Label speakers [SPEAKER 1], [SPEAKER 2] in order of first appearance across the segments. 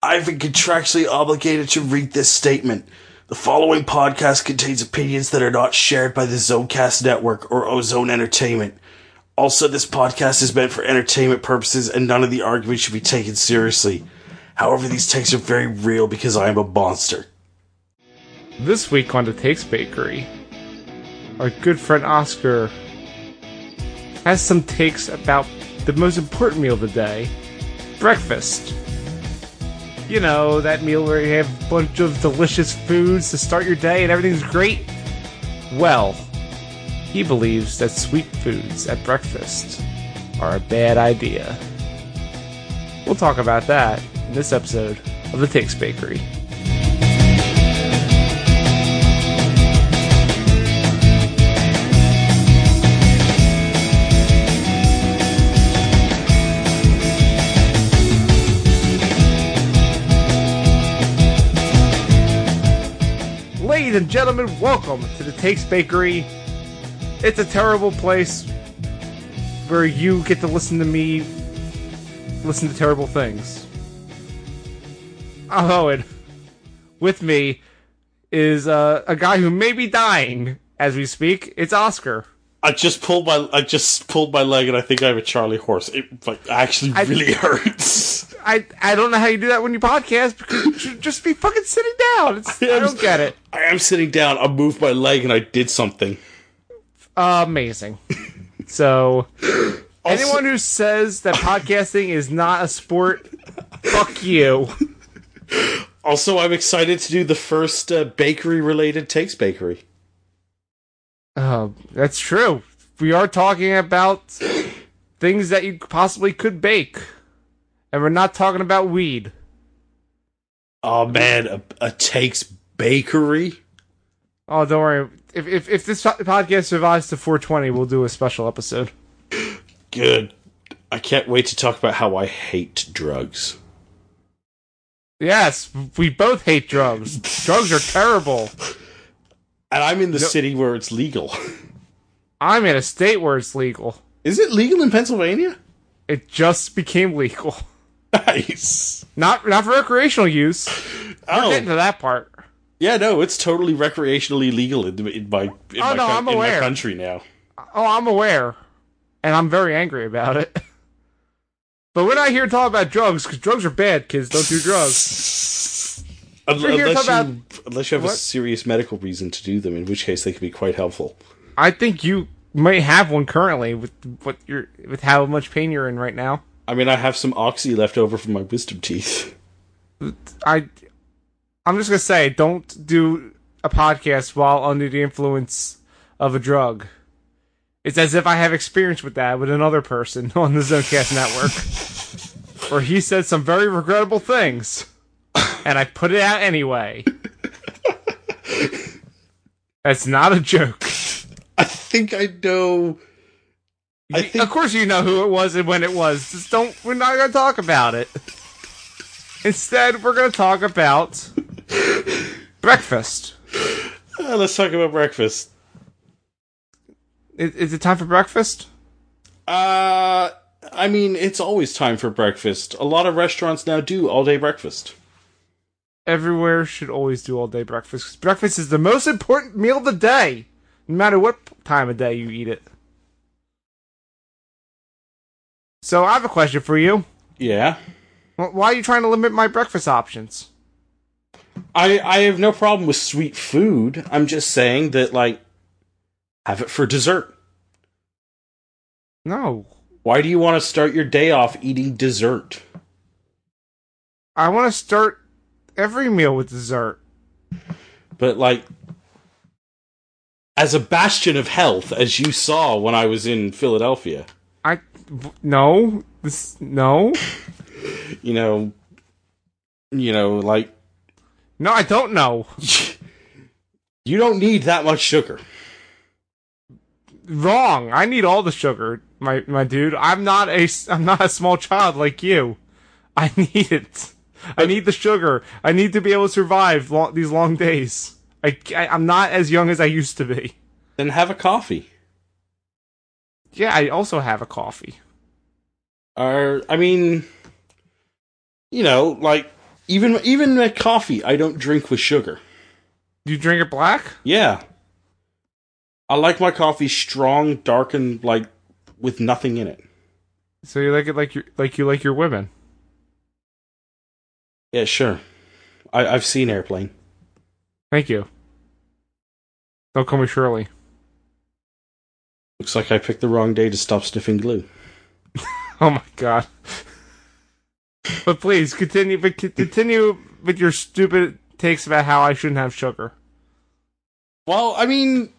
[SPEAKER 1] I've been contractually obligated to read this statement. The following podcast contains opinions that are not shared by the Zonecast Network or Ozone Entertainment. Also, this podcast is meant for entertainment purposes and none of the arguments should be taken seriously. However, these takes are very real because I am a monster.
[SPEAKER 2] This week on the Takes Bakery, our good friend Oscar has some takes about the most important meal of the day breakfast. You know, that meal where you have a bunch of delicious foods to start your day and everything's great. Well, he believes that sweet foods at breakfast are a bad idea. We'll talk about that in this episode of The Takes Bakery. Ladies and gentlemen, welcome to the Takes Bakery. It's a terrible place where you get to listen to me listen to terrible things. I'm Owen. With me is uh, a guy who may be dying as we speak. It's Oscar.
[SPEAKER 3] I just pulled my I just pulled my leg and I think I have a Charlie horse. It like actually really hurts.
[SPEAKER 2] I, I don't know how you do that when you podcast because you should just be fucking sitting down. It's, I don't get it.
[SPEAKER 3] I am sitting down. I moved my leg and I did something.
[SPEAKER 2] amazing. So,
[SPEAKER 3] Also-
[SPEAKER 2] anyone who says that podcasting is not a sport, fuck you.
[SPEAKER 3] Also, I'm excited to do the first uh, bakery related takes bakery.
[SPEAKER 2] Uh, that's true. We are talking about things that you possibly could bake, and we're not talking about weed.
[SPEAKER 3] Oh man, a, a takes bakery.
[SPEAKER 2] Oh, don't worry. If if, if this po- podcast survives to 420, we'll do a special episode.
[SPEAKER 3] Good. I can't wait to talk about how I hate drugs.
[SPEAKER 2] Yes, we both hate drugs. drugs are terrible.
[SPEAKER 3] And I'm in the city where it's legal.
[SPEAKER 2] I'm in a state where it's legal.
[SPEAKER 3] Is it legal in Pennsylvania?
[SPEAKER 2] It just became legal.
[SPEAKER 3] Nice.
[SPEAKER 2] Not not for recreational use. Getting
[SPEAKER 3] Oh,
[SPEAKER 2] to that part.
[SPEAKER 3] yeah, no, it's totally recreationally legal in, in my in, my,
[SPEAKER 2] Oh, no,
[SPEAKER 3] coun-
[SPEAKER 2] I'm
[SPEAKER 3] in my
[SPEAKER 2] aware.
[SPEAKER 3] country now.
[SPEAKER 2] Oh, I'm aware, and I'm very angry about it. But we're not here to talk about drugs because drugs are bad. Kids don't do drugs.
[SPEAKER 3] Un-
[SPEAKER 2] We're here to
[SPEAKER 3] unless,
[SPEAKER 2] talk
[SPEAKER 3] you, unless you have a
[SPEAKER 2] what?
[SPEAKER 3] serious medical reason to do them, in which case they can be quite helpful.
[SPEAKER 2] I think you might have one currently with what you're with how much pain you're in right now.
[SPEAKER 3] I mean, I have some oxy left over from my wisdom teeth.
[SPEAKER 2] I, I'm just gonna say, don't do a podcast while under the influence of a drug. It's as if I have experience with that with another person on the Zonecast network, where he said some very regrettable things, and I put it out anyway. That's not a joke.
[SPEAKER 3] I think I know. I think
[SPEAKER 2] of course, you know who it was and when it was. Just don't. We're not gonna talk about it. Instead, we're gonna talk about breakfast.
[SPEAKER 3] uh, let's talk about breakfast.
[SPEAKER 2] Is, is it time for breakfast?
[SPEAKER 3] Uh, I mean, it's always time for breakfast. A lot of restaurants now do all day breakfast.
[SPEAKER 2] Everywhere should always do all day breakfast 'cause breakfast is the most important meal of the day, no matter what time of day you eat it. So I have a question for you.
[SPEAKER 3] Yeah,
[SPEAKER 2] Wh- Why are you trying to limit my breakfast options?
[SPEAKER 3] I I have no problem with sweet food. I'm just saying that like, have it for dessert.
[SPEAKER 2] No,
[SPEAKER 3] Why do you want to start your day off eating dessert?
[SPEAKER 2] I want to start every meal with dessert.
[SPEAKER 3] but like as a bastion of health as you saw when i was in philadelphia
[SPEAKER 2] I w- no this no
[SPEAKER 3] you know you know like
[SPEAKER 2] no I don't know.
[SPEAKER 3] you don't need that much sugar
[SPEAKER 2] Wrong. I need all the sugar, my my dude. I'm not a s- I'm not a small child like you. I need it. I need the sugar. I need to be able to survive long, these long days. I, I am not as young as I used to be.
[SPEAKER 3] then have a coffee
[SPEAKER 2] Yeah, I also have a coffee.
[SPEAKER 3] or i mean you know like Even even my coffee, I don't drink with sugar.
[SPEAKER 2] You drink it black?
[SPEAKER 3] Yeah. I like my coffee strong, dark, and like with nothing in it.
[SPEAKER 2] So you like it like you like you like your women.
[SPEAKER 3] Yeah, sure. I, I've seen Airplane.
[SPEAKER 2] Thank you. Don't call me Shirley.
[SPEAKER 3] Looks like I picked the wrong day to stop sniffing glue.
[SPEAKER 2] Oh my god. but please continue. But c- continue with your stupid takes about how I shouldn't have sugar.
[SPEAKER 3] Well, I mean,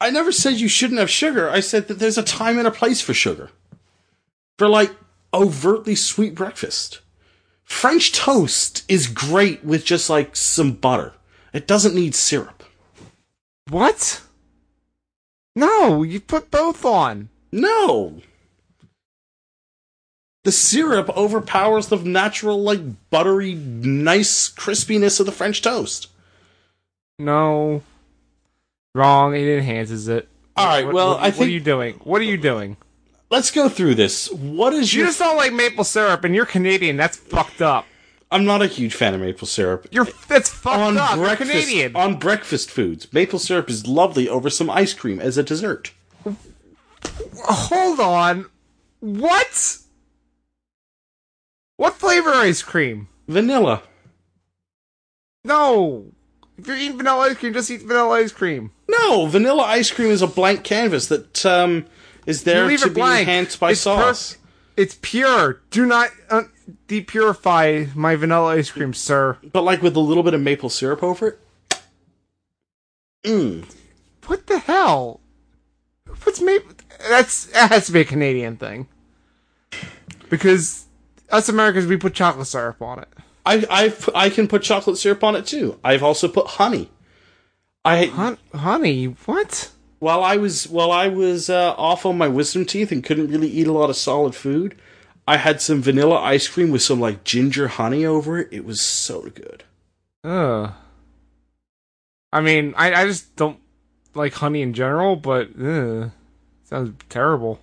[SPEAKER 3] I never said you shouldn't have sugar. I said that there's a time and a place for sugar. For like overtly sweet breakfast. French toast is great with just like some butter. It doesn't need syrup.
[SPEAKER 2] What? No, you put both on.
[SPEAKER 3] No. The syrup overpowers the natural, like, buttery, nice crispiness of the French toast.
[SPEAKER 2] No. Wrong. It enhances it.
[SPEAKER 3] All right,
[SPEAKER 2] What-
[SPEAKER 3] well,
[SPEAKER 2] what-
[SPEAKER 3] I
[SPEAKER 2] What are
[SPEAKER 3] think-
[SPEAKER 2] you doing? What are you doing?
[SPEAKER 3] Let's go through this. What is
[SPEAKER 2] You
[SPEAKER 3] your.
[SPEAKER 2] just don't like maple syrup, and you're Canadian. That's fucked up.
[SPEAKER 3] I'm not a huge fan of maple syrup.
[SPEAKER 2] You're that's fucked
[SPEAKER 3] on
[SPEAKER 2] up. You're
[SPEAKER 3] breakfast
[SPEAKER 2] Canadian. Uh,
[SPEAKER 3] on breakfast foods. Maple syrup is lovely over some ice cream as a dessert.
[SPEAKER 2] Hold on. What? What flavor ice cream?
[SPEAKER 3] Vanilla.
[SPEAKER 2] No. If you're eating vanilla ice cream, just eat vanilla ice cream.
[SPEAKER 3] No, vanilla ice cream is a blank canvas that um is there
[SPEAKER 2] leave
[SPEAKER 3] to
[SPEAKER 2] it
[SPEAKER 3] be
[SPEAKER 2] blank.
[SPEAKER 3] enhanced by
[SPEAKER 2] It's
[SPEAKER 3] sauce.
[SPEAKER 2] It's pure. Do not uh, depurify my vanilla ice cream, sir.
[SPEAKER 3] but like with a little bit of maple syrup over it. Mm.
[SPEAKER 2] What the hell? What's maple? That's that has to be a Canadian thing. Because us Americans, we put chocolate syrup on it.
[SPEAKER 3] I I've I can put chocolate syrup on it too. I've also put honey. I
[SPEAKER 2] Hon- honey, what?
[SPEAKER 3] while I was while I was uh, off on my wisdom teeth and couldn't really eat a lot of solid food, I had some vanilla ice cream with some like ginger honey over it. It was so good.
[SPEAKER 2] Ugh. I mean, I, I just don't like honey in general, but ugh, sounds terrible.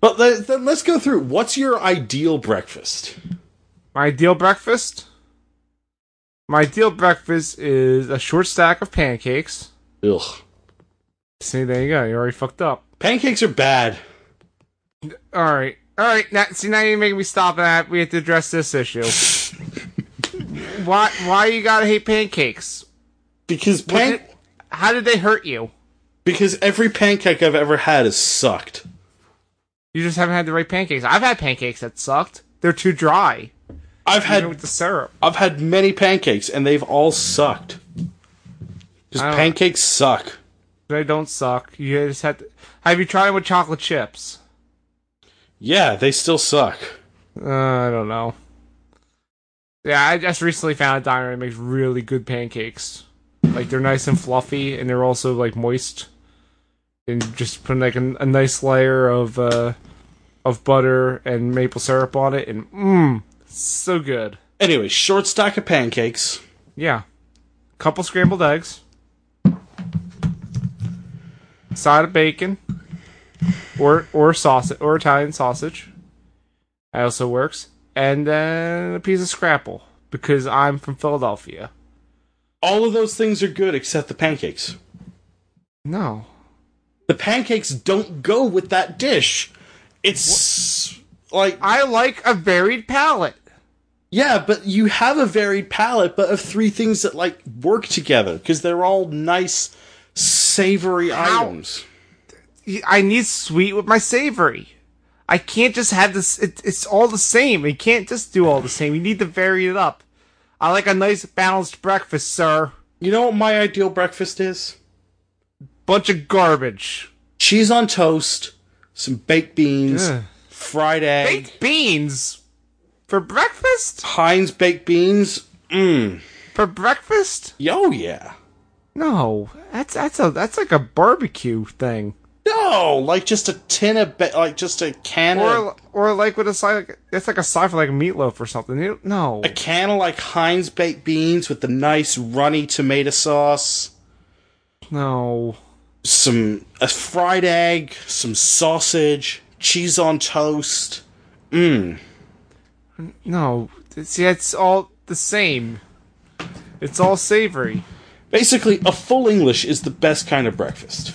[SPEAKER 3] But le- then let's go through. What's your ideal breakfast?
[SPEAKER 2] My ideal breakfast? My ideal breakfast is a short stack of pancakes.
[SPEAKER 3] Ugh,
[SPEAKER 2] See, there you go. You're already fucked up.
[SPEAKER 3] pancakes are bad.
[SPEAKER 2] All right. All right. Now, see, now you're making me stop that. We have to address this issue. why, why you gotta hate pancakes?
[SPEAKER 3] Because
[SPEAKER 2] What
[SPEAKER 3] pan-
[SPEAKER 2] did- how did they hurt you?
[SPEAKER 3] because every pancake I've ever had has sucked.
[SPEAKER 2] You just haven't had the right pancakes. I've had pancakes that sucked. They're too dry.
[SPEAKER 3] I've
[SPEAKER 2] Even
[SPEAKER 3] had
[SPEAKER 2] with the syrup.
[SPEAKER 3] I've had many pancakes and they've all sucked. Because
[SPEAKER 2] I don't-
[SPEAKER 3] pancakes suck.
[SPEAKER 2] They don't suck. You just had to. Have you tried it with chocolate chips?
[SPEAKER 3] Yeah, they still suck.
[SPEAKER 2] Uh, I don't know. Yeah, I just recently found a diner that makes really good pancakes. Like they're nice and fluffy, and they're also like moist. And just put like a, a nice layer of uh, of butter and maple syrup on it, and mmm, so good.
[SPEAKER 3] Anyway, short stack of pancakes.
[SPEAKER 2] Yeah, couple scrambled eggs, side of bacon, or or sausage or Italian sausage. That also works, and then a piece of scrapple because I'm from Philadelphia.
[SPEAKER 3] All of those things are good except the pancakes.
[SPEAKER 2] No,
[SPEAKER 3] The pancakes don't go with that dish. It's like
[SPEAKER 2] I like a varied palate.
[SPEAKER 3] yeah, but you have a varied palette, but of three things that like work together because they're all nice, savory items.
[SPEAKER 2] I need sweet with my savory. I can't just have this. It, it's all the same. You can't just do all the same. You need to vary it up. I like a nice balanced breakfast, sir.
[SPEAKER 3] You know what my ideal breakfast is?
[SPEAKER 2] Bunch of garbage.
[SPEAKER 3] Cheese on toast, some baked beans,
[SPEAKER 2] Ugh.
[SPEAKER 3] fried egg,
[SPEAKER 2] baked beans for breakfast?
[SPEAKER 3] Heinz baked beans. Mmm.
[SPEAKER 2] For breakfast?
[SPEAKER 3] Yo, yeah.
[SPEAKER 2] No, that's that's a that's like a barbecue thing,
[SPEAKER 3] No, like just a tin of ba- like just a can of
[SPEAKER 2] or or like with a side. Like, that's like a side for like meatloaf or something. You- No,
[SPEAKER 3] a can of like Heinz baked beans with the nice runny tomato sauce,
[SPEAKER 2] no.
[SPEAKER 3] some a fried egg, some sausage, cheese on toast.
[SPEAKER 2] No, see, that's all. the same. It's all savory.
[SPEAKER 3] Basically, a full English is the best kind of breakfast.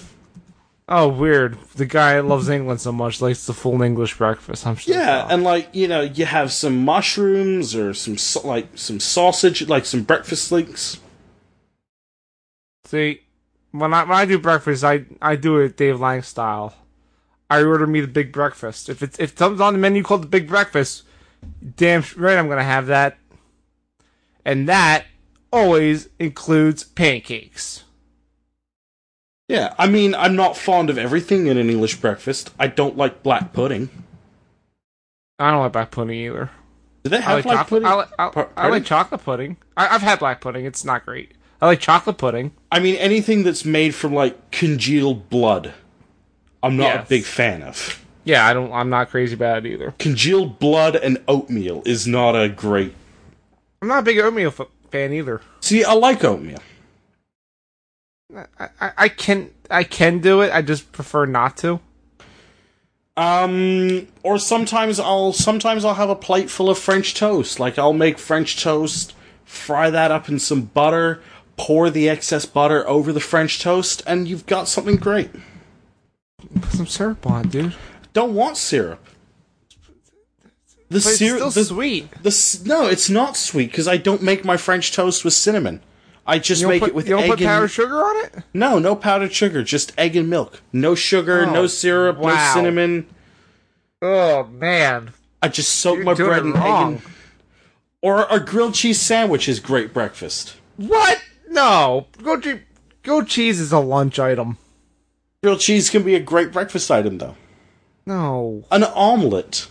[SPEAKER 2] Oh, weird. The guy loves England so much likes the full English breakfast. I'm sure.
[SPEAKER 3] Yeah, and like you know, you have some mushrooms or some sa- like some sausage, like some breakfast links.
[SPEAKER 2] See, when I when I do breakfast, I I do it Dave Lang style. I order me the big breakfast. If it's if it comes on the menu called the big breakfast, damn right I'm gonna have that. And that always includes pancakes.
[SPEAKER 3] Yeah, I mean, I'm not fond of everything in an English breakfast. I don't like black pudding.
[SPEAKER 2] I don't like black pudding either.
[SPEAKER 3] Do they
[SPEAKER 2] I
[SPEAKER 3] have
[SPEAKER 2] like,
[SPEAKER 3] black
[SPEAKER 2] choc-
[SPEAKER 3] pudding?
[SPEAKER 2] I, like, I,
[SPEAKER 3] Par-
[SPEAKER 2] I
[SPEAKER 3] pardon?
[SPEAKER 2] like chocolate pudding. I, I've had black pudding. It's not great. I like chocolate pudding.
[SPEAKER 3] I mean, anything that's made from like congealed blood, I'm not
[SPEAKER 2] Yes.
[SPEAKER 3] a big fan of.
[SPEAKER 2] Yeah, I don't. I'm not crazy about it either.
[SPEAKER 3] Congealed blood and oatmeal is not a great.
[SPEAKER 2] I'm not a big oatmeal f- fan either.
[SPEAKER 3] See, I like oatmeal.
[SPEAKER 2] I, I, I can I can do it. I just prefer not to.
[SPEAKER 3] Um, or sometimes I'll sometimes I'll have a plate full of French toast. Like I'll make French toast, fry that up in some butter, pour the excess butter over the French toast, and you've got something great.
[SPEAKER 2] Put some syrup on, dude.
[SPEAKER 3] Don't want syrup. The
[SPEAKER 2] But it's
[SPEAKER 3] syrup,
[SPEAKER 2] still
[SPEAKER 3] the,
[SPEAKER 2] sweet.
[SPEAKER 3] the s- no, it's not sweet because I don't make my French toast with cinnamon. I just
[SPEAKER 2] You don't
[SPEAKER 3] make
[SPEAKER 2] put,
[SPEAKER 3] it with
[SPEAKER 2] you don't
[SPEAKER 3] egg
[SPEAKER 2] put powdered
[SPEAKER 3] and
[SPEAKER 2] sugar on it.
[SPEAKER 3] no, no powdered sugar, just egg and milk. No sugar,
[SPEAKER 2] Oh,
[SPEAKER 3] no syrup,
[SPEAKER 2] wow.
[SPEAKER 3] no cinnamon.
[SPEAKER 2] Oh man,
[SPEAKER 3] I just soak
[SPEAKER 2] You're
[SPEAKER 3] my
[SPEAKER 2] doing
[SPEAKER 3] bread
[SPEAKER 2] it
[SPEAKER 3] in egg
[SPEAKER 2] wrong.
[SPEAKER 3] and Or a grilled cheese sandwich is great breakfast.
[SPEAKER 2] what? No, go cheese. Go cheese is a lunch item.
[SPEAKER 3] Grilled cheese can be a great breakfast item, though.
[SPEAKER 2] No,
[SPEAKER 3] An omelet.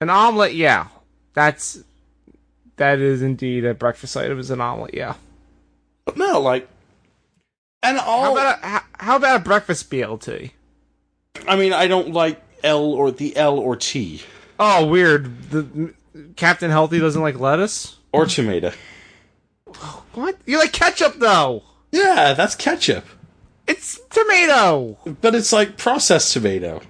[SPEAKER 2] an omelet. Yeah, that's that is indeed a breakfast item. Is an omelet. Yeah.
[SPEAKER 3] But no, like an
[SPEAKER 2] How
[SPEAKER 3] omelet.
[SPEAKER 2] about a, how, how about a breakfast BLT?
[SPEAKER 3] I mean, I don't like L or the L or T
[SPEAKER 2] Oh, weird. The Captain Healthy doesn't like lettuce.
[SPEAKER 3] or tomato.
[SPEAKER 2] What? You like ketchup though?
[SPEAKER 3] Yeah, that's ketchup,
[SPEAKER 2] It's tomato.
[SPEAKER 3] but it's like processed tomato.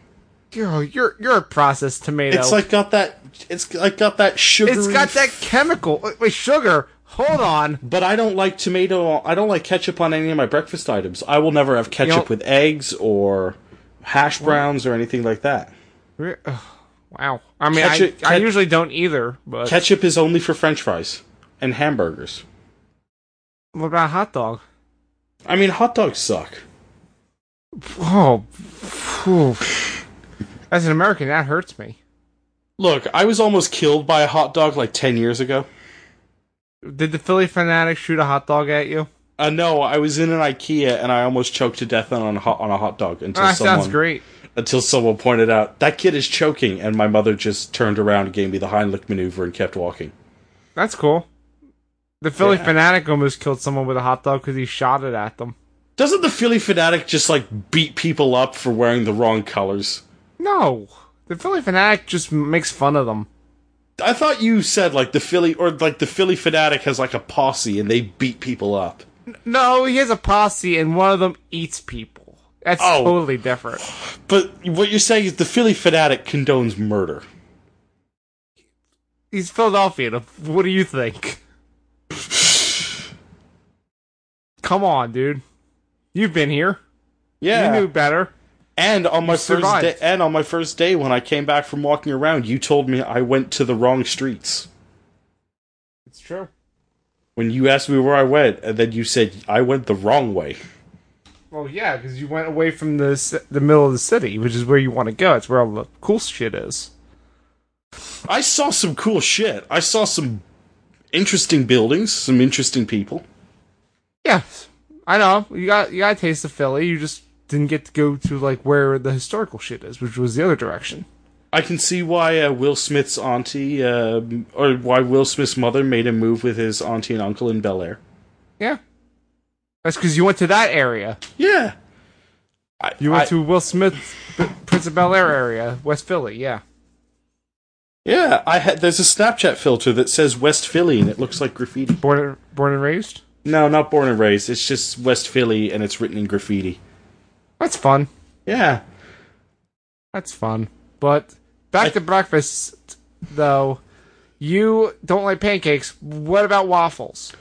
[SPEAKER 2] Yo, you're you're a processed tomato.
[SPEAKER 3] It's like got that. It's like got that sugar.
[SPEAKER 2] it's got that chemical. Wait, wait, sugar. Hold on.
[SPEAKER 3] But I don't like tomato. I don't like ketchup on any of my breakfast items. I will never have ketchup
[SPEAKER 2] don't-
[SPEAKER 3] with eggs or hash browns or anything like that.
[SPEAKER 2] Re- ugh, Wow. I mean,
[SPEAKER 3] Ketchup-
[SPEAKER 2] I, I
[SPEAKER 3] ket-
[SPEAKER 2] usually don't either. But
[SPEAKER 3] Ketchup is only for French fries and hamburgers.
[SPEAKER 2] what about hot dog?
[SPEAKER 3] I mean, hot dogs suck.
[SPEAKER 2] Oh, phew. as an American, that hurts me.
[SPEAKER 3] Look, I was almost killed by a hot dog like 10 years ago.
[SPEAKER 2] Did the Philly fanatic shoot a hot dog at you?
[SPEAKER 3] Uh, no, I was in an IKEA and I almost choked to death on a hot, on a hot dog until
[SPEAKER 2] that
[SPEAKER 3] someone
[SPEAKER 2] Ah, sounds great.
[SPEAKER 3] until someone pointed out that kid is choking, and my mother just turned around, gave me the Heimlich maneuver, and kept walking.
[SPEAKER 2] That's cool. The Philly fanatic almost killed someone with a hot dog because he shot it at them.
[SPEAKER 3] Doesn't the Philly fanatic just like beat people up for wearing the wrong colors?
[SPEAKER 2] No, the Philly fanatic just makes fun of them.
[SPEAKER 3] I thought you said like the Philly or like the Philly fanatic has like a posse and they beat people up.
[SPEAKER 2] No, he has a posse, and one of them eats people. That's
[SPEAKER 3] Oh.
[SPEAKER 2] totally different.
[SPEAKER 3] But what you're saying is the Philly fanatic condones murder.
[SPEAKER 2] He's Philadelphia. What do you think? Come on, dude. You've been here.
[SPEAKER 3] Yeah.
[SPEAKER 2] You knew better.
[SPEAKER 3] And on my first
[SPEAKER 2] survived.
[SPEAKER 3] day, and on my first day when I came back from walking around, you told me I went to the wrong streets.
[SPEAKER 2] It's true.
[SPEAKER 3] When you asked me where I went, and then you said I went the wrong way.
[SPEAKER 2] Well, yeah, because you went away from the ci- the middle of the city, which is where you want to go. It's where all the cool shit is.
[SPEAKER 3] I saw some cool shit. I saw some interesting buildings, some interesting people.
[SPEAKER 2] Yeah, I know. You got you got a taste of Philly. You just didn't get to go to like where the historical shit is, which was the other direction.
[SPEAKER 3] I can see why uh, Will Smith's auntie, um or why Will Smith's mother made him move with his auntie and uncle in Bel Air.
[SPEAKER 2] Yeah, that's because you went to that area.
[SPEAKER 3] Yeah. I,
[SPEAKER 2] You went
[SPEAKER 3] I-
[SPEAKER 2] to Will Smith's B- Prince of Bel Air area, West Philly. Yeah.
[SPEAKER 3] yeah. I had there's a Snapchat filter that says West Philly and it looks like graffiti.
[SPEAKER 2] Born born and raised?
[SPEAKER 3] No, not born and raised. It's just West Philly, and it's written in graffiti.
[SPEAKER 2] That's fun.
[SPEAKER 3] Yeah,
[SPEAKER 2] That's fun. But back to breakfast though. You don't like pancakes. What about waffles?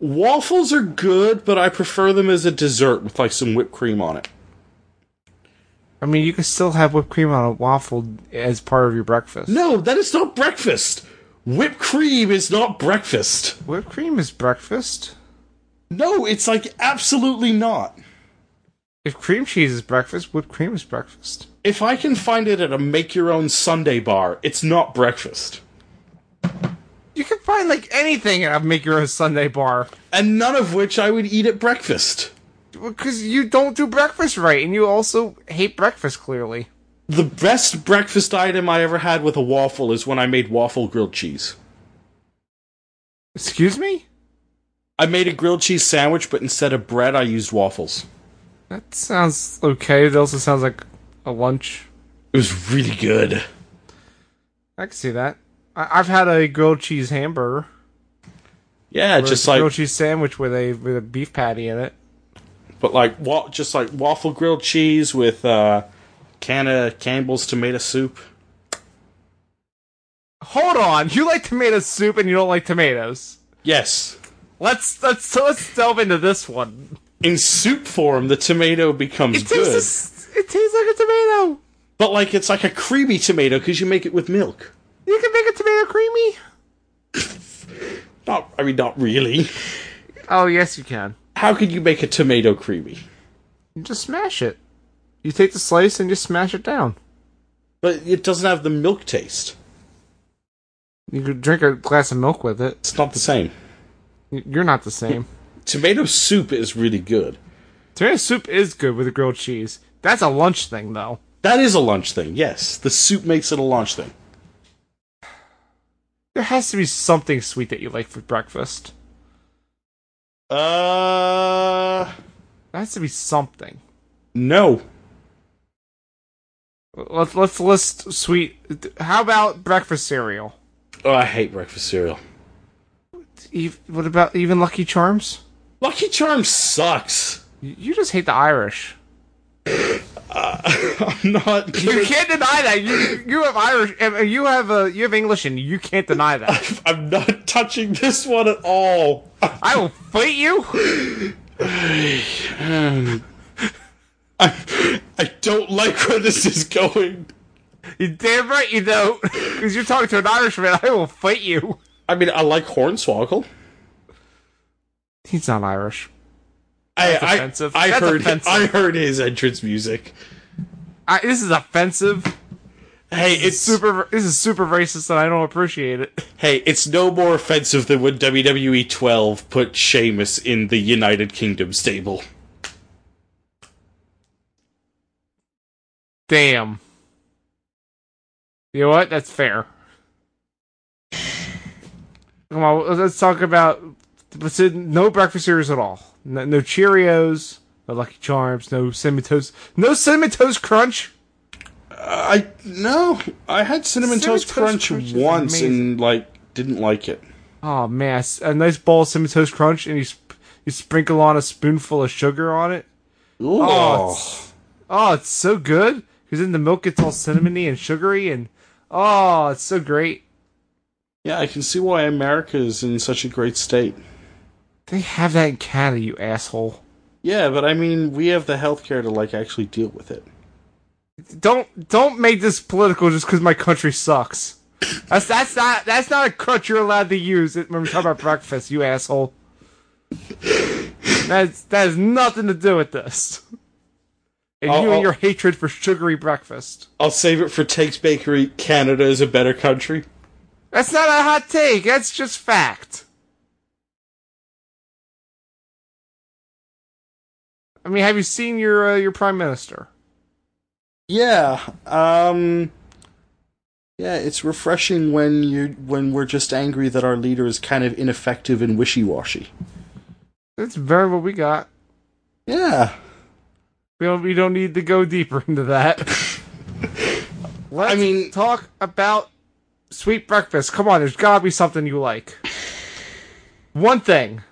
[SPEAKER 3] Waffles are good, but I prefer them as a dessert with like some whipped cream on it.
[SPEAKER 2] I mean, you can still have whipped cream on a waffle as part of your breakfast.
[SPEAKER 3] No, that is not breakfast. Whipped cream is not breakfast.
[SPEAKER 2] Whipped cream is breakfast.
[SPEAKER 3] No, it's like absolutely not.
[SPEAKER 2] If cream cheese is breakfast, whipped cream is breakfast.
[SPEAKER 3] If I can find it at a make your own Sunday bar, it's not breakfast.
[SPEAKER 2] You can find like anything and make your own Sunday bar
[SPEAKER 3] And none of which I would eat at breakfast.
[SPEAKER 2] because you don't do breakfast right, and you also hate breakfast clearly.
[SPEAKER 3] The best breakfast item I ever had with a waffle is when I made waffle grilled cheese.
[SPEAKER 2] Excuse me?
[SPEAKER 3] I made a grilled cheese sandwich, but instead of bread, I used waffles.
[SPEAKER 2] That sounds okay. It also sounds like a lunch.
[SPEAKER 3] It was really good.
[SPEAKER 2] I can see that. I- I've had a grilled cheese hamburger,
[SPEAKER 3] Yeah,
[SPEAKER 2] or
[SPEAKER 3] just
[SPEAKER 2] a
[SPEAKER 3] like
[SPEAKER 2] grilled cheese sandwich with a with a beef patty in it.
[SPEAKER 3] but like wa- just like waffle grilled cheese with uh can of Campbell's tomato soup.
[SPEAKER 2] Hold on, you like tomato soup and you don't like tomatoes.
[SPEAKER 3] Yes.
[SPEAKER 2] Let's let's so let's delve into this one.
[SPEAKER 3] In soup form, the tomato becomes
[SPEAKER 2] It
[SPEAKER 3] good,
[SPEAKER 2] tastes it tastes like a tomato.
[SPEAKER 3] but like it's like a creamy tomato because you make it with milk.
[SPEAKER 2] You can make a tomato creamy.
[SPEAKER 3] Not, I mean, not really.
[SPEAKER 2] Oh yes, you can.
[SPEAKER 3] How could you make a tomato creamy?
[SPEAKER 2] You just smash it. You take the slice and just smash it down.
[SPEAKER 3] But it doesn't have the milk taste.
[SPEAKER 2] You could drink a glass of milk with it.
[SPEAKER 3] It's not the same.
[SPEAKER 2] Y- You're not the same.
[SPEAKER 3] Tomato soup is really good.
[SPEAKER 2] tomato soup is good with grilled cheese. That's a lunch thing though.
[SPEAKER 3] That is a lunch thing. Yes, the soup makes it a lunch thing.
[SPEAKER 2] There has to be something sweet that you like for breakfast.
[SPEAKER 3] Uh,
[SPEAKER 2] There has to be something.
[SPEAKER 3] no.
[SPEAKER 2] Let's let's list sweet. How about breakfast cereal?
[SPEAKER 3] Oh, I hate breakfast cereal.
[SPEAKER 2] Ev- What about even Lucky Charms?
[SPEAKER 3] Lucky Charms sucks.
[SPEAKER 2] You you just hate the Irish.
[SPEAKER 3] I'm not.
[SPEAKER 2] You can't deny that. You you have Irish. uh, You have uh, you have English, and you can't deny that.
[SPEAKER 3] I'm not touching this one at all.
[SPEAKER 2] I will fight you.
[SPEAKER 3] I don't like where this is going.
[SPEAKER 2] You damn right you don't. Because you're talking to an Irishman. I will fight you.
[SPEAKER 3] I mean, I like Hornswoggle.
[SPEAKER 2] He's not Irish.
[SPEAKER 3] I, I,
[SPEAKER 2] offensive.
[SPEAKER 3] I
[SPEAKER 2] That's
[SPEAKER 3] heard.
[SPEAKER 2] offensive.
[SPEAKER 3] I heard his entrance music.
[SPEAKER 2] I, this is offensive.
[SPEAKER 3] Hey, it's
[SPEAKER 2] Super. This is super racist, and I don't appreciate it.
[SPEAKER 3] Hey, it's no more offensive than when WWE 12 put Sheamus in the United Kingdom stable.
[SPEAKER 2] Damn. You know what? That's fair. Come on, let's talk about. Let's do no breakfast cereals at all. No, no Cheerios, no Lucky Charms, no Cinnamon Toast, no Cinnamon Toast Crunch.
[SPEAKER 3] I no, I had cinnamon,
[SPEAKER 2] Cinnamon
[SPEAKER 3] toast,
[SPEAKER 2] Toast
[SPEAKER 3] crunch,
[SPEAKER 2] Crunch is
[SPEAKER 3] once
[SPEAKER 2] amazing.
[SPEAKER 3] and like didn't like it.
[SPEAKER 2] Oh man, s- a nice bowl of Cinnamon Toast Crunch, and you sp- you sprinkle on a spoonful of sugar on it.
[SPEAKER 3] Oh,
[SPEAKER 2] Oh, it's so good because then the milk gets all cinnamony and sugary, and oh, it's so great.
[SPEAKER 3] yeah, I can see why America is in such a great state.
[SPEAKER 2] They have that in Canada, you asshole.
[SPEAKER 3] Yeah, but I mean, we have the healthcare to like actually deal with it.
[SPEAKER 2] don't don't make this political just because my country sucks. That's that's not that's not a crutch you're allowed to use when we talk about breakfast, you asshole. That's that has nothing to do with this. And
[SPEAKER 3] I'll-
[SPEAKER 2] you
[SPEAKER 3] I'll-
[SPEAKER 2] and your hatred for sugary breakfast.
[SPEAKER 3] I'll save it for Takes Bakery. Canada is a better country.
[SPEAKER 2] That's not a hot take. That's just fact. I mean, have you seen your uh, your prime minister?
[SPEAKER 3] Yeah. Um Yeah, it's refreshing when you when we're just angry that our leader is kind of ineffective and wishy-washy.
[SPEAKER 2] That's very what we got.
[SPEAKER 3] Yeah.
[SPEAKER 2] We don't, we don't need to go deeper into that. Let's
[SPEAKER 3] I mean-
[SPEAKER 2] talk about sweet breakfast. Come on, there's gotta be something you like. One thing.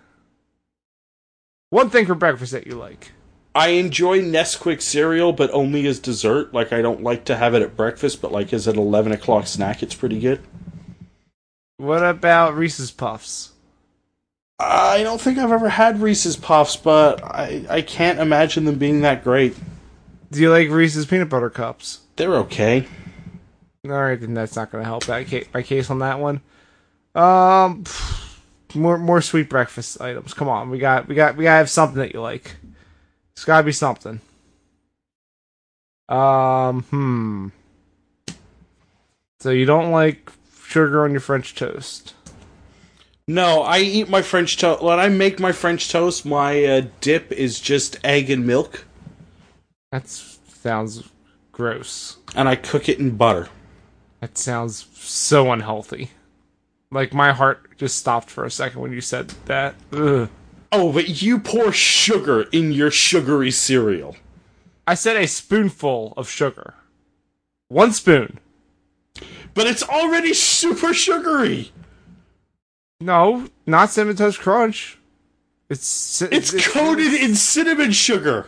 [SPEAKER 2] One thing for breakfast that you like.
[SPEAKER 3] I enjoy Nesquik cereal, but only as dessert. Like I don't like to have it at breakfast, but like as an eleven o'clock snack, it's pretty good.
[SPEAKER 2] What about Reese's Puffs?
[SPEAKER 3] I don't think I've ever had Reese's Puffs, but I, I can't imagine them being that great.
[SPEAKER 2] Do you like Reese's Peanut Butter Cups?
[SPEAKER 3] They're okay.
[SPEAKER 2] All right, then that's not going to help that ca- my case on that one. Um, more more sweet breakfast items. Come on, we got we got we gotta have something that you like. It's got to be something. Um, hmm. So you don't like sugar on your French toast?
[SPEAKER 3] No, I eat my French toast. When I make my French toast, my uh, dip is just egg and milk,
[SPEAKER 2] That sounds gross.
[SPEAKER 3] and I cook it in butter.
[SPEAKER 2] That sounds so unhealthy. Like my heart just stopped for a second when you said that. Ugh.
[SPEAKER 3] Oh, but you pour sugar in your sugary cereal.
[SPEAKER 2] I said a spoonful of sugar. One spoon.
[SPEAKER 3] But it's already super sugary.
[SPEAKER 2] No, not cinnamon toast crunch. It's ci-
[SPEAKER 3] It's coated in cinnamon sugar.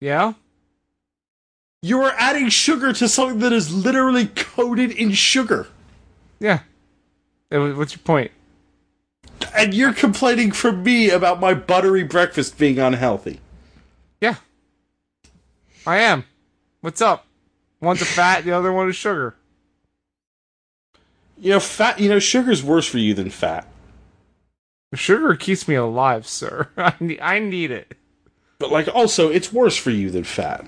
[SPEAKER 2] Yeah.
[SPEAKER 3] You are adding sugar to something that is literally coated in sugar.
[SPEAKER 2] Yeah. Eh, wha- What's your point?
[SPEAKER 3] And you're complaining from me about my buttery breakfast being unhealthy.
[SPEAKER 2] Yeah. I am. What's up? One's a fat, the other one is sugar.
[SPEAKER 3] You know, fat, you know, sugar's worse for you than fat.
[SPEAKER 2] Sugar keeps me alive, sir. I need, I need it.
[SPEAKER 3] But, like, also, it's worse for you than fat.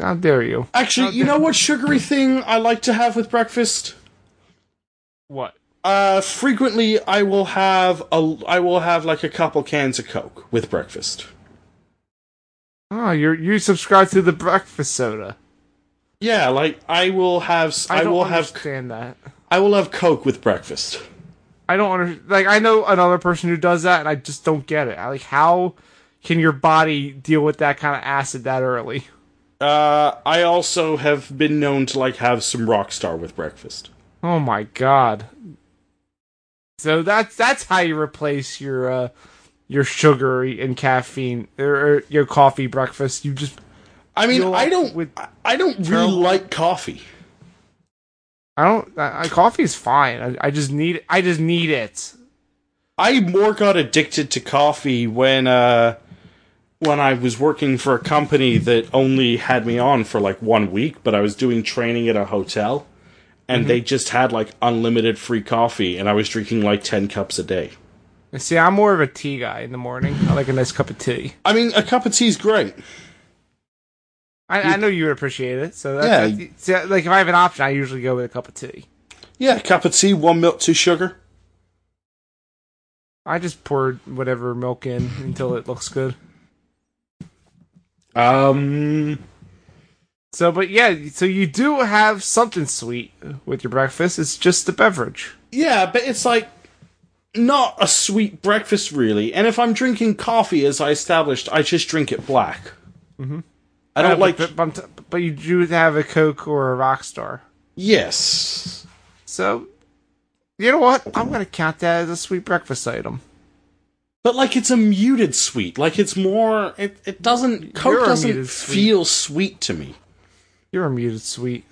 [SPEAKER 2] How dare you?
[SPEAKER 3] Actually, you know what sugary thing I like to have with breakfast?
[SPEAKER 2] What?
[SPEAKER 3] Uh, frequently I will have a, I will have like a couple cans of Coke with breakfast.
[SPEAKER 2] Oh, you you subscribe to the breakfast soda.
[SPEAKER 3] Yeah, like I will have, s-
[SPEAKER 2] I,
[SPEAKER 3] I,
[SPEAKER 2] don't
[SPEAKER 3] will have,
[SPEAKER 2] understand that.
[SPEAKER 3] I will have Coke with breakfast.
[SPEAKER 2] I don't under like I know another person who does that, and I just don't get it. I, like, how can your body deal with that kind of acid that early?
[SPEAKER 3] Uh, I also have been known to like have some Rockstar with breakfast.
[SPEAKER 2] Oh my god. So that's that's how you replace your uh your sugary and caffeine or, or your coffee breakfast. You just
[SPEAKER 3] I mean,
[SPEAKER 2] You'll
[SPEAKER 3] I don't,
[SPEAKER 2] with-
[SPEAKER 3] I- I don't really
[SPEAKER 2] Pearl?
[SPEAKER 3] like coffee.
[SPEAKER 2] I don't I, I, coffee's fine. I, I just need I just need it.
[SPEAKER 3] I more got addicted to coffee when, uh, when I was working for a company that only had me on for like one week, but I was doing training at a hotel, and they just had like unlimited free coffee, and I was drinking like ten cups a day.
[SPEAKER 2] And see, I'm more of a tea guy in the morning. I like a nice cup of tea.
[SPEAKER 3] I mean, a cup of tea's great.
[SPEAKER 2] I, I know you would appreciate it. So that's,
[SPEAKER 3] Yeah.
[SPEAKER 2] that's- see, like if I have an option, I usually go with a cup of tea.
[SPEAKER 3] Yeah, a cup of tea, one milk, two sugar.
[SPEAKER 2] I just poured whatever milk in until it looks good.
[SPEAKER 3] Um,
[SPEAKER 2] So, but yeah, so you do have something sweet with your breakfast. It's just the beverage.
[SPEAKER 3] Yeah, but it's like not a sweet breakfast really. And if I'm drinking coffee, as I established, I just drink it black. Mm-hmm. I don't
[SPEAKER 2] Uh,
[SPEAKER 3] like.
[SPEAKER 2] but, but, I'm t- but you do have a Coke or a Rockstar.
[SPEAKER 3] yes.
[SPEAKER 2] So, you know what? I'm gonna count that as a sweet breakfast item.
[SPEAKER 3] But like it's a muted sweet. Like it's more. It it doesn't. Coke
[SPEAKER 2] You're a
[SPEAKER 3] doesn't
[SPEAKER 2] muted sweet.
[SPEAKER 3] feel sweet to me.
[SPEAKER 2] You're a muted sweet.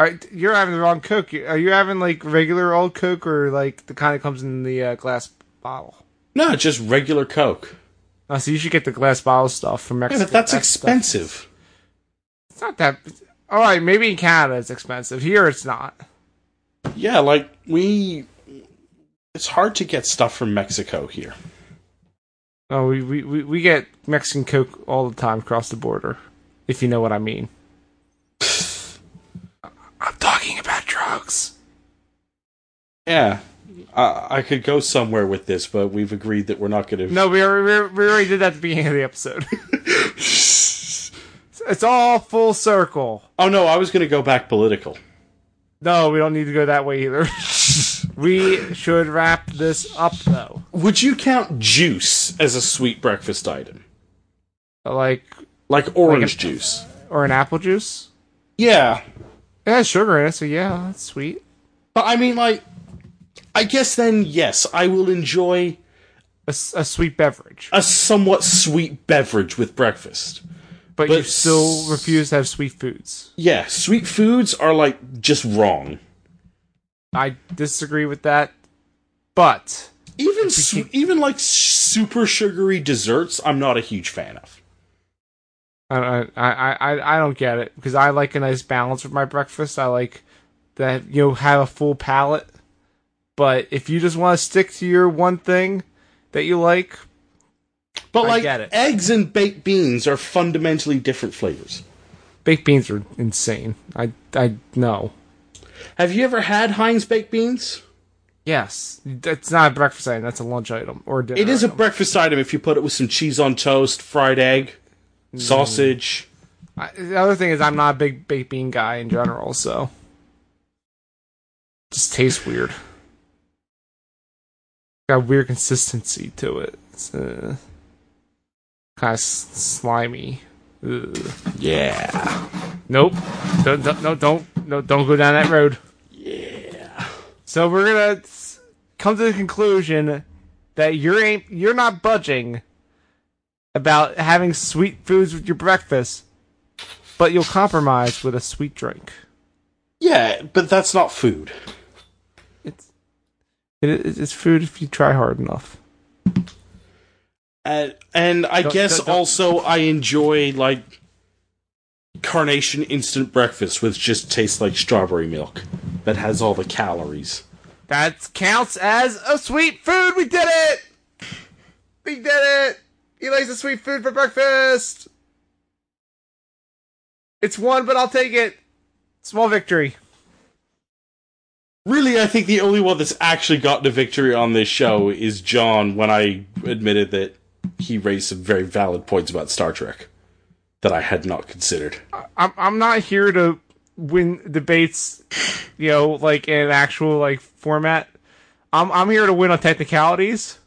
[SPEAKER 2] All right, you're having the wrong Coke. Are you having like regular old Coke or like the kind that comes in the uh, glass bottle?
[SPEAKER 3] No, just regular Coke.
[SPEAKER 2] Oh, so you should get the glass bottle stuff from
[SPEAKER 3] Yeah,
[SPEAKER 2] Mexico.
[SPEAKER 3] but that's
[SPEAKER 2] That stuff-
[SPEAKER 3] expensive.
[SPEAKER 2] It's not that. All right, maybe in Canada it's expensive. Here it's not.
[SPEAKER 3] Yeah, like we. It's hard to get stuff from Mexico here.
[SPEAKER 2] Oh, we, we, we, we get Mexican Coke all the time across the border, if you know what I mean. I'm talking about drugs.
[SPEAKER 3] Yeah, I, I could go somewhere with this, but we've agreed that we're not going to.
[SPEAKER 2] No, we already, we already did that at the beginning of the episode. it's all full circle.
[SPEAKER 3] Oh no, I was going to go back political.
[SPEAKER 2] No, we don't need to go that way either. we should wrap this up, though.
[SPEAKER 3] Would you count juice as a sweet breakfast item?
[SPEAKER 2] Like,
[SPEAKER 3] Like orange
[SPEAKER 2] Like a-
[SPEAKER 3] juice?
[SPEAKER 2] or an apple juice?
[SPEAKER 3] Yeah.
[SPEAKER 2] It has sugar in it, so yeah, that's sweet.
[SPEAKER 3] But I mean, like, I guess then, yes, I will enjoy
[SPEAKER 2] A, s- a sweet beverage.
[SPEAKER 3] a somewhat sweet beverage with breakfast.
[SPEAKER 2] But,
[SPEAKER 3] but
[SPEAKER 2] you still
[SPEAKER 3] s-
[SPEAKER 2] refuse to have sweet foods.
[SPEAKER 3] Yeah, sweet foods are, like, just wrong.
[SPEAKER 2] I disagree with that. But
[SPEAKER 3] Even su- even like super sugary desserts, I'm not a huge fan of.
[SPEAKER 2] I I I I- I don't get it because I like a nice balance with my breakfast. I like that you know have a full palate. But if you just want to stick to your one thing that you like,
[SPEAKER 3] But
[SPEAKER 2] I
[SPEAKER 3] like
[SPEAKER 2] get it.
[SPEAKER 3] eggs and baked beans are fundamentally different flavors.
[SPEAKER 2] baked beans are insane. I I know.
[SPEAKER 3] Have you ever had Heinz baked beans?
[SPEAKER 2] Yes, that's not a breakfast item. That's a lunch item or a dinner.
[SPEAKER 3] It is a
[SPEAKER 2] item.
[SPEAKER 3] breakfast item if you put it with some cheese on toast, fried egg, sausage.
[SPEAKER 2] I- the other thing is I'm not a big baked bean guy in general, so just tastes weird. Got weird consistency to it. It's uh, kind of slimy. Ugh.
[SPEAKER 3] Yeah.
[SPEAKER 2] Nope. Don't, don't, no, don't, no, don't go down that road. Yeah. So we're gonna s- come to the conclusion that you're ain't, you're not budging about having sweet foods with your breakfast, but you'll compromise with a sweet drink.
[SPEAKER 3] Yeah, but that's not food.
[SPEAKER 2] It's it, it- it's food if you try hard enough.
[SPEAKER 3] Uh, and I
[SPEAKER 2] Don't-
[SPEAKER 3] guess
[SPEAKER 2] don't- don't-
[SPEAKER 3] also I enjoy like carnation instant breakfast, which just tastes like strawberry milk that has all the calories.
[SPEAKER 2] That counts as a sweet food. We did it. We did it. He likes a sweet food for breakfast. It's one, but I'll take it. Small victory.
[SPEAKER 3] Really, I think the only one that's actually gotten a victory on this show is John when I admitted that he raised some very valid points about Star Trek that I had not considered.
[SPEAKER 2] I'm I'm not here to win debates, you know, like in an actual like format. I'm I'm here to win on technicalities.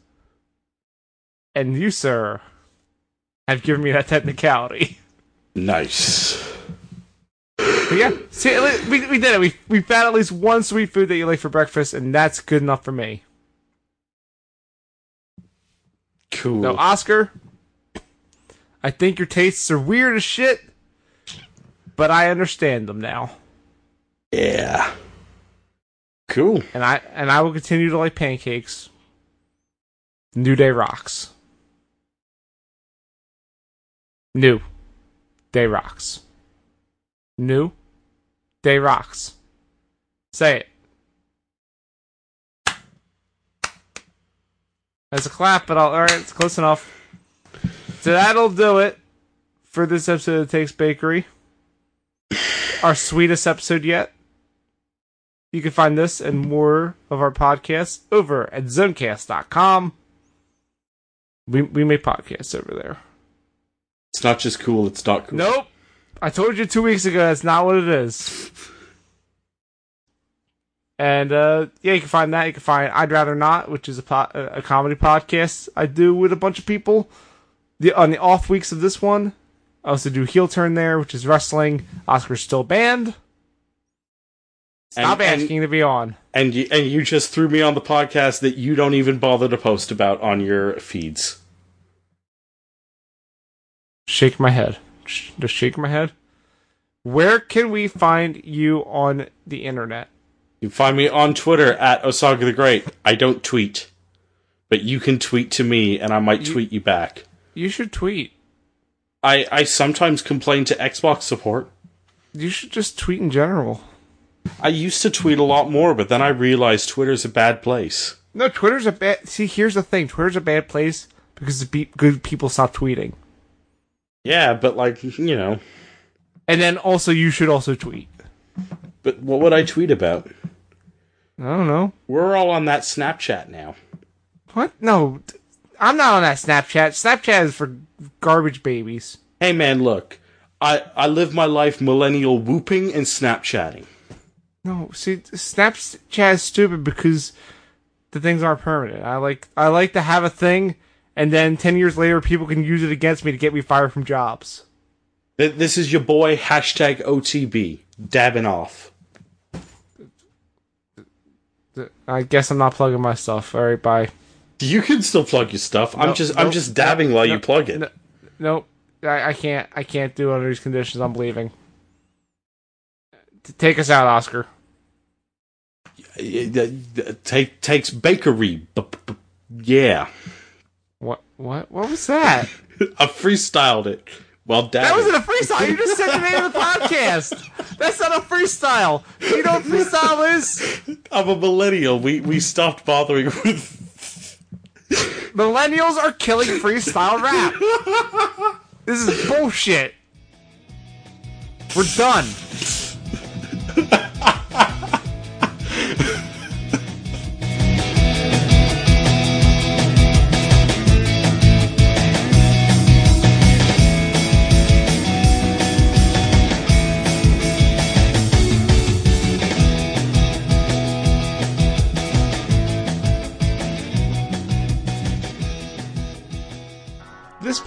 [SPEAKER 2] And you, sir, have given me that technicality.
[SPEAKER 3] Nice.
[SPEAKER 2] But yeah, see, at least- we, we did it. We we found at least one sweet food that you like for breakfast, and that's good enough for me.
[SPEAKER 3] Cool.
[SPEAKER 2] So, Oscar, I think your tastes are weird as shit, but I understand them now,
[SPEAKER 3] yeah. Cool.
[SPEAKER 2] and I and I will continue to like pancakes. New Day rocks. New Day rocks. New Day rocks. Say it. That's a clap, but I'll, all right, it's close enough. So that'll do it for this episode of Takes Bakery. Our sweetest episode yet. You can find this and more of our podcasts over at zonecast.com. We, we make podcasts over there.
[SPEAKER 3] It's not just cool, it's not cool.
[SPEAKER 2] Nope. I told you two weeks ago that's not what it is. And uh, yeah, you can find that. You can find I'd rather not, which is a po- a a comedy podcast I do with a bunch of people. The on the off weeks of this one, I also do heel turn there, which is wrestling. Oscar's still banned.
[SPEAKER 3] And-
[SPEAKER 2] Stop
[SPEAKER 3] and-
[SPEAKER 2] asking to be on.
[SPEAKER 3] And you, and you just threw me on the podcast that you don't even bother to post about on your feeds.
[SPEAKER 2] Shake my head. Sh- Just shake my head. Where can we find you on the internet?
[SPEAKER 3] You can find me on Twitter at Osaga the Great. I don't tweet, but you can tweet to me, and I might tweet you back.
[SPEAKER 2] You should tweet.
[SPEAKER 3] I I sometimes complain to Xbox support.
[SPEAKER 2] You should just tweet in general.
[SPEAKER 3] I used to tweet a lot more, but then I realized Twitter's a bad place.
[SPEAKER 2] No, Twitter's a bad. See, here's the thing: Twitter's a bad place because the be- good people stop tweeting,
[SPEAKER 3] Yeah, but like you know,
[SPEAKER 2] and then also you should also tweet.
[SPEAKER 3] but what would I tweet about?
[SPEAKER 2] I don't know
[SPEAKER 3] We're all on that Snapchat now.
[SPEAKER 2] what. No, t- I'm not on that Snapchat. Snapchat is for garbage babies.
[SPEAKER 3] Hey man, look, I I live my life millennial whooping and Snapchatting.
[SPEAKER 2] No, see, Snapchat is stupid because the things aren't permanent. I like I like to have a thing, and then ten years later, people can use it against me to get me fired from jobs.
[SPEAKER 3] Th- This is your boy, hashtag OTB, dabbing off.
[SPEAKER 2] Th- I guess I'm not plugging my stuff. All right, bye.
[SPEAKER 3] You can still plug your stuff. I'm
[SPEAKER 2] No,
[SPEAKER 3] just
[SPEAKER 2] no,
[SPEAKER 3] I'm just dabbing while you plug it.
[SPEAKER 2] no. Nope, I, I can't. I can't do it under these conditions. I'm leaving. T- take us out, Oscar.
[SPEAKER 3] Take, takes bakery. B- b- yeah.
[SPEAKER 2] What? What? What was that?
[SPEAKER 3] I freestyled it. Well, dad.
[SPEAKER 2] That wasn't a freestyle. You just said the name of the podcast. That's not a freestyle. You know what freestyle is?
[SPEAKER 3] I'm a millennial. We we stopped bothering with.
[SPEAKER 2] Millennials are killing freestyle rap. This is bullshit. We're done. This